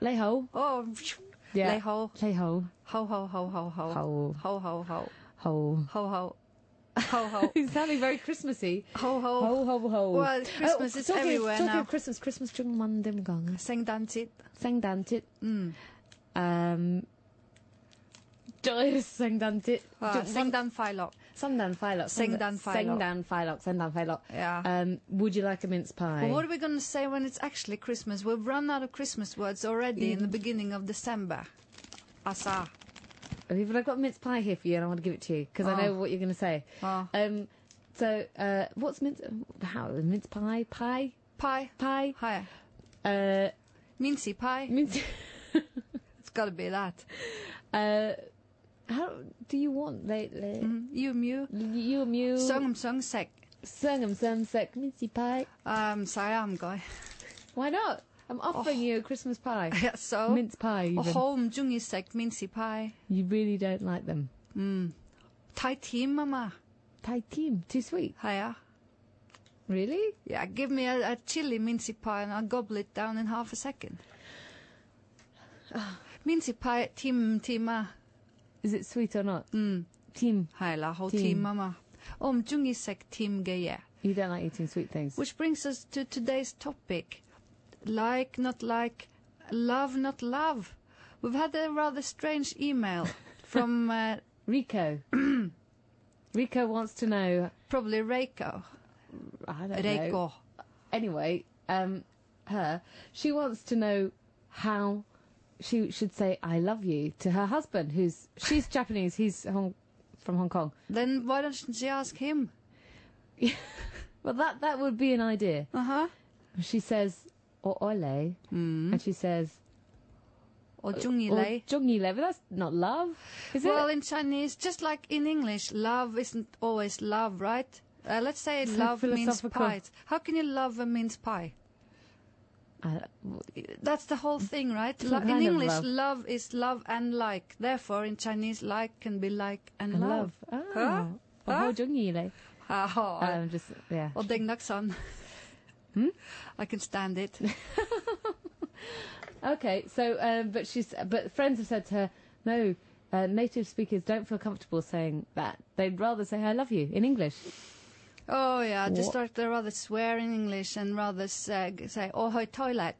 你好，哦， Yeah 你好，你好，好好好好好好好好好好， 好好好好 He's sounding very Christmassy。好 好，好好好。 Well, Christmas is 誒，talking- Oh, everywhere talking now. of Christmas，Christmas 中文點講啊？聖誕節，聖誕節，嗯，誒，再 聖誕節，啊中聖誕快樂，聖誕快樂，聖誕快樂聖誕快樂，聖誕快樂。 yeah。 Um, would you like a mince pie? But what are we going to say when it's actually Christmas? We've run out of Christmas words already in Mm. the beginning of December. Asa. Okay, But I've got mince pie here for you, and I want to give it to you because I know Oh. what you're going to say. Oh. Um, so uh, what's mince? How mince pie? Pie? Pie. Pie? Hi. Uh, Mincy pie. mince. It's got to be that. uh, how do you want they? they Mm. You mew. You mew. Sung sung sek. Sungum sumsek mince pie. Um, sayam guy. Why not? I'm offering Oh. you a Christmas pie. So. oh, Mince pie. Even. Home jungi sek mincy pie. You really don't like them. Thai team mama. Thai team. Too sweet. Hiya. Really? Yeah, give me a, a chili mincy pie and I'll gobble it down in half a second. Mincy pie team teama. Is it sweet or not? Mm. Team. Hi, la whole Team. team, mama. Om jungisek team gaya. You don't like eating sweet things. Which brings us to today's topic. Like, not like, love, not love. We've had a rather strange email from uh, Rico. Rico wants to know. probably Reiko. I don't know. Reiko. Anyway, um, her. She wants to know how she should say "I love you" to her husband, who's she's Japanese. He's Hong, from Hong Kong. Then why don't you ask him? Well, that that would be an idea. Uh huh. She says "o ole," Hmm? and she says Mm. Or jungile. "o jungile." But that's not love, is Well, it? in Chinese, just like in English, love isn't always love, right? Uh, let's say So love means philosophical. pie. How can you love a means pie? I- That's the whole thing, right? Lo- in kind of English, love. love. is love and like. Therefore, in Chinese, like can be like and, I love. love. Oh, Huh? o jungile. Oh, Um, just yeah. well, ding dong son. Hmm? I can stand it. Okay, so um, but she's but friends have said to her, no, uh, native speakers don't feel comfortable saying that. They'd rather say I love you in English. Oh yeah, Wha- just like they rather swear in English and rather say, say "oh her toilet."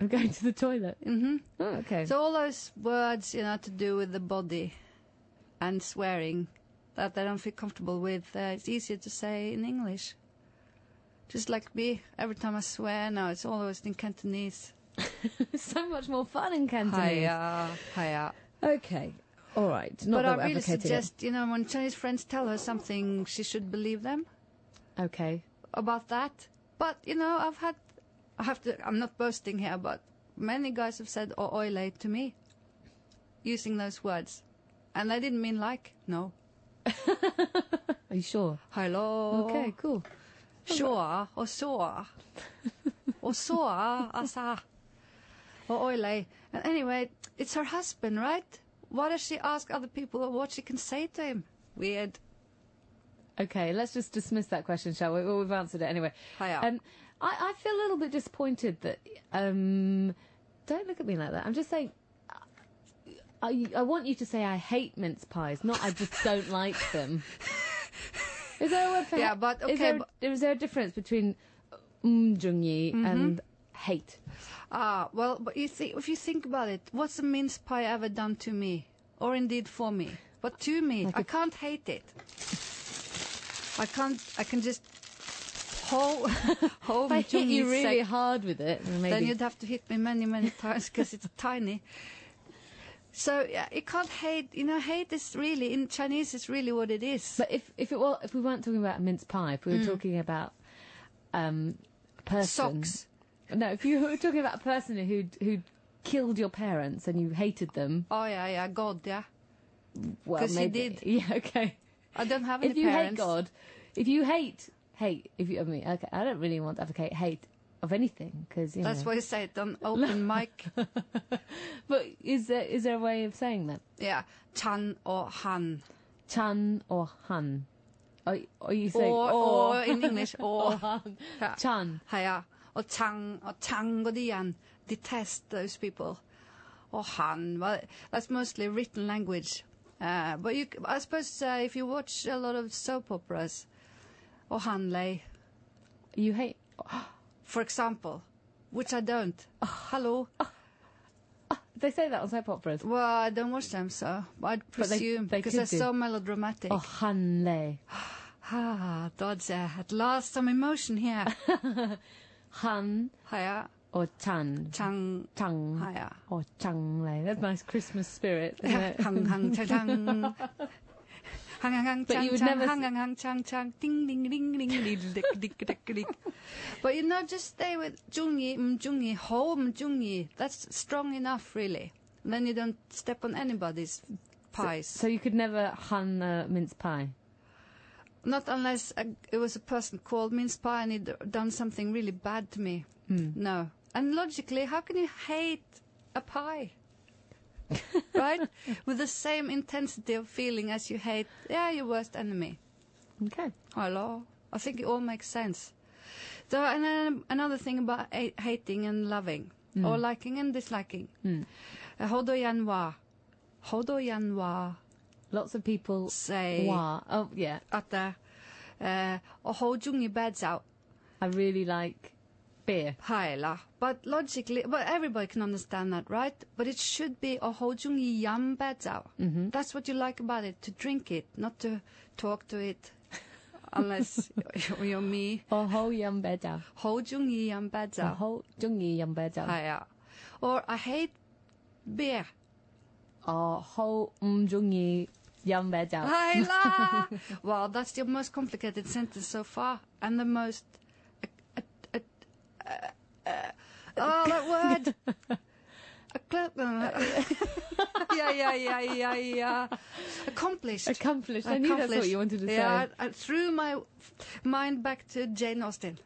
I'm going to the toilet. hmm Oh, okay. So all those words, you know, to do with the body and swearing that they don't feel comfortable with, uh, it's easier to say in English. Just like me, every time I swear now, it's always in Cantonese. so much more fun in Cantonese. Hiya, hiya. Okay. All right. Not But that we're I really advocating it. suggest, you know, when Chinese friends tell her something, she should believe them Okay. about that. But you know, I've had, I have to. I'm not boasting here, but many guys have said "oh oile" to me, using those words, and they didn't mean like. No, Are you sure? hello. Okay. Cool. Sure or sure or sure asa or oile. And anyway, it's her husband, right? Why does she ask other people what she can say to him? Weird. Okay. Let's just dismiss that question, shall we? Well, we've answered it anyway. Hiya. Um, I, I feel a little bit disappointed that. Um, don't look at me like that. I'm just saying. I, I want you to say I hate mince pies, not I just don't like them. Is there a word for Yeah, ha- but is okay, there, but- is there a difference between mjungyi and hate? Ah, well, but you thi- if you think about it, what's a mince pie ever done to me? Or indeed for me? But to me, I I can't hate it. I can't, I can just hold, If hold I hit you Jung's really sec- hard with it, then maybe then you'd have to hit me many, many times because it's tiny. So yeah, you can't hate, you know, hate is really, in Chinese, it's really what it is. But if if it were if we weren't talking about a mince pie, if we were talking about um a person Socks. No, if you were talking about a person who who killed your parents and you hated them, Oh yeah, yeah, God, yeah. well 'Cause you maybe- did. Yeah, okay. I don't have any If you hate parents. God, if you hate hate, if you I mean okay, I don't really want to advocate hate of anything because you That's know. why you say it on open mic. But is there is there a way of saying that? Yeah, Chan or Han. Chan or Han? Are, are you saying or, or in English, or "Oh." Han? Yeah. Chan hiya, Og Tang og Tang og Dian detest those people. Or Han. Well, that's mostly written language. Uh, but you, c- I suppose uh, if you watch a lot of soap operas, or Hanley, You hate. for example, which I don't. Oh. Hello. They say that on soap operas. Well, I don't watch them, so I'd they- presume they because could they're do. so melodramatic. Oh, Hanley. Ah, Dodds, uh, at last some emotion here. Han Hiya, or Tan. Tang, Tang. hiya. Or Changlei. That's nice Christmas spirit, isn't it? Hang, hang, chang, chang. Hang, hang, hang, But chang, you would chang. never s- Hang, hang, hang, chang, chang. Ding, ding, ding, ding, ding, dick, dick, dick, dick. But you know, just stay with Jungi, Mjungi, Ho Mjungi. That's strong enough, really. And then you don't step on anybody's pies. so you could never Han uh, mince pie. Not unless a, it was a person called mince pie and he'd done something really bad to me. No. And logically, how can you hate a pie? right? With the same intensity of feeling as you hate, yeah, your worst enemy. Okay. Hello? I think it all makes sense. So, and then another thing about a- hating and loving, or liking and disliking. Uh, Hodo yanwa. Hodo yanwa. Lots of people Say. Wah. Oh, yeah. At the. Uh, og holdjungi beds out. I really like beer. Heila. But logically, but everybody can understand that, right? But it should be a hojung yam better. That's what you like about it, to drink it, not to talk to it. Unless you're, you're me. Or ho yum better. Hojung yam better. Ho jungi yum better. Hiya. Or I hate beer. Or ho mm jungi yum better. Heila! wow, that's the most complicated sentence so far, and the most. uh, Oh, that word! A cl- Uh, yeah, yeah, yeah, yeah, yeah. Accomplished. Accomplished. I knew that's what Accomplished. you wanted to say. Yeah, I, I threw my mind back to Jane Austen.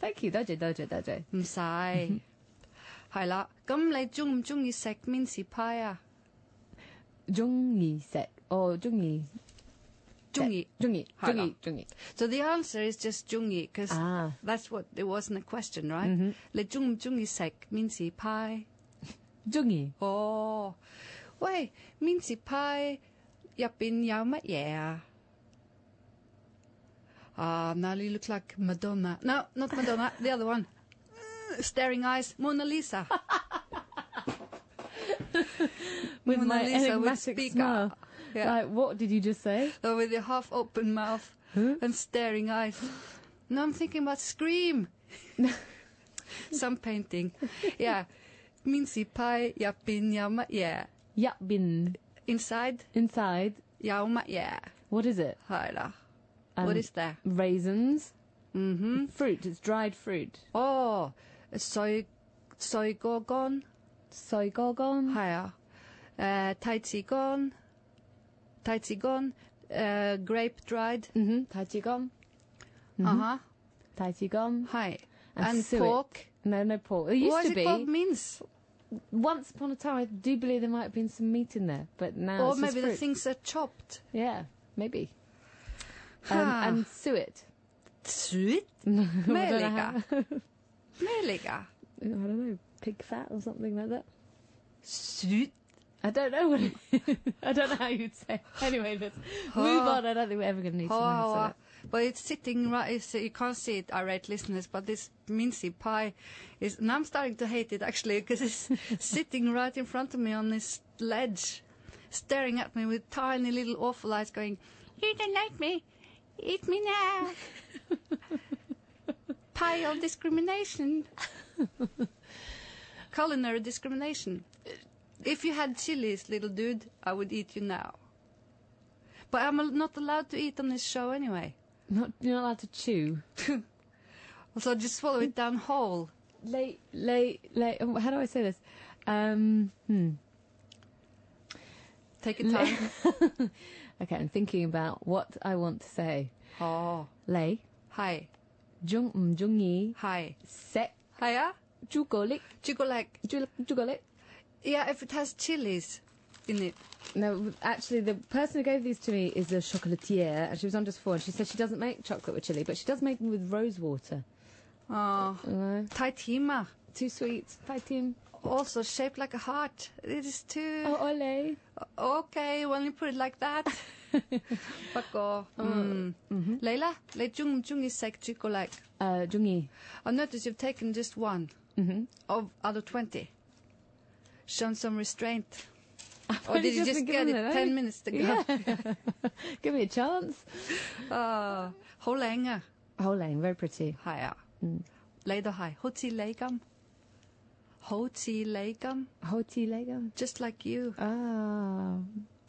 Thank you. Dojo, dojo, dojo. 唔使， 係啦。咁你中唔中意食 mince pie 啊？ Jungi set. Or jungi. 中意。 Jungi. Hello. Jungi. Jungi. So the answer is just jungi because Ah. that's what it wasn't a question, right? Mm-hmm. Le jung jungi sek minci pie. Jungi. Oh, wait, minci pie 入邊有乜嘢啊？Ah, now you look like Madonna. No, not Madonna. the other one. Mm, Staring eyes, Mona Lisa. With Mona my Lisa would enigmatic speak smile. up. Yeah. Like, what did you just say? Or with your half open mouth and staring eyes. No, I'm thinking about Scream. Some painting. Yeah. Mincy pie, yapin, yama, yeah. Yap bin. Inside, Inside. yauma, yeah. What is it? Haira. Um, what is Hmm? there? Raisins. Mm-hmm. Fruit. It's dried fruit. Oh, soy, soy gorgon, Soy gorgon. haira. Uh, taichi gon, taichi gon, uh, grape dried, Mm-hmm. Taijigon. Mm-hmm. uh huh, Taijigon. hi. And And, suet. pork. No, no pork. It used Why to is be. it called mince? Once upon a time, I do believe there might have been some meat in there, but now Or Ah, it's just maybe the fruit. things are chopped. Yeah, maybe. Um, Huh. and suet. Sweet? Meliga. Meliga. I don't know, pig fat or something like that. Sweet. I don't know what it I don't know how you'd say. Anyway, let's move on. I don't think we're ever going to need to know how to say Oh, that. but it's sitting right. It's, you can't see it, irate listeners. But this mincy pie is, and I'm starting to hate it actually because it's sitting right in front of me on this ledge, staring at me with tiny little awful eyes, going, "You don't like me. Eat me now." pie of discrimination. Culinary discrimination. If you had chilies, little dude, I would eat you now. But I'm al- not allowed to eat on this show anyway. Not, you're not allowed to chew. So just swallow it down whole. Late, late, late. oh, How do I say this? Um, hmm. Take your time. Okay, I'm thinking about what I want to say. oh, Lei, hi, jung um jung yi, hi, sek, hiya, jugolik, Chugolek. jugolik. Yeah, if it has chilies in it. No, actually, the person who gave these to me is a chocolatier, and she was on just four. And she said she doesn't make chocolate with chili, but she does make them with rose water. Oh, No. Taitima. Too sweet. Fighting. Also shaped like a heart. It is too. Oh, ole. Oh. Okay, when you put it like that. Fuck off. Mm. Leila, le chung chung is like chico like. Uh, Jungi. I notice you've taken just one Mhm. of out of 20. Shown some restraint. I've Or only did you been just get given it eh? 10 minutes ago? Yeah. Give me a chance. Uh, how lenge Whole lane, very pretty. har jeg? Lei da hai. Ho ti legam. Ho ti legam. Ho ti legam. Just like you. Ah.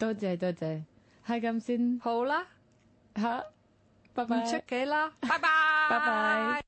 Doje, doje. Hagam sin. Hola. Ha. Bye bye. Chakela. Bye bye. Bye-bye.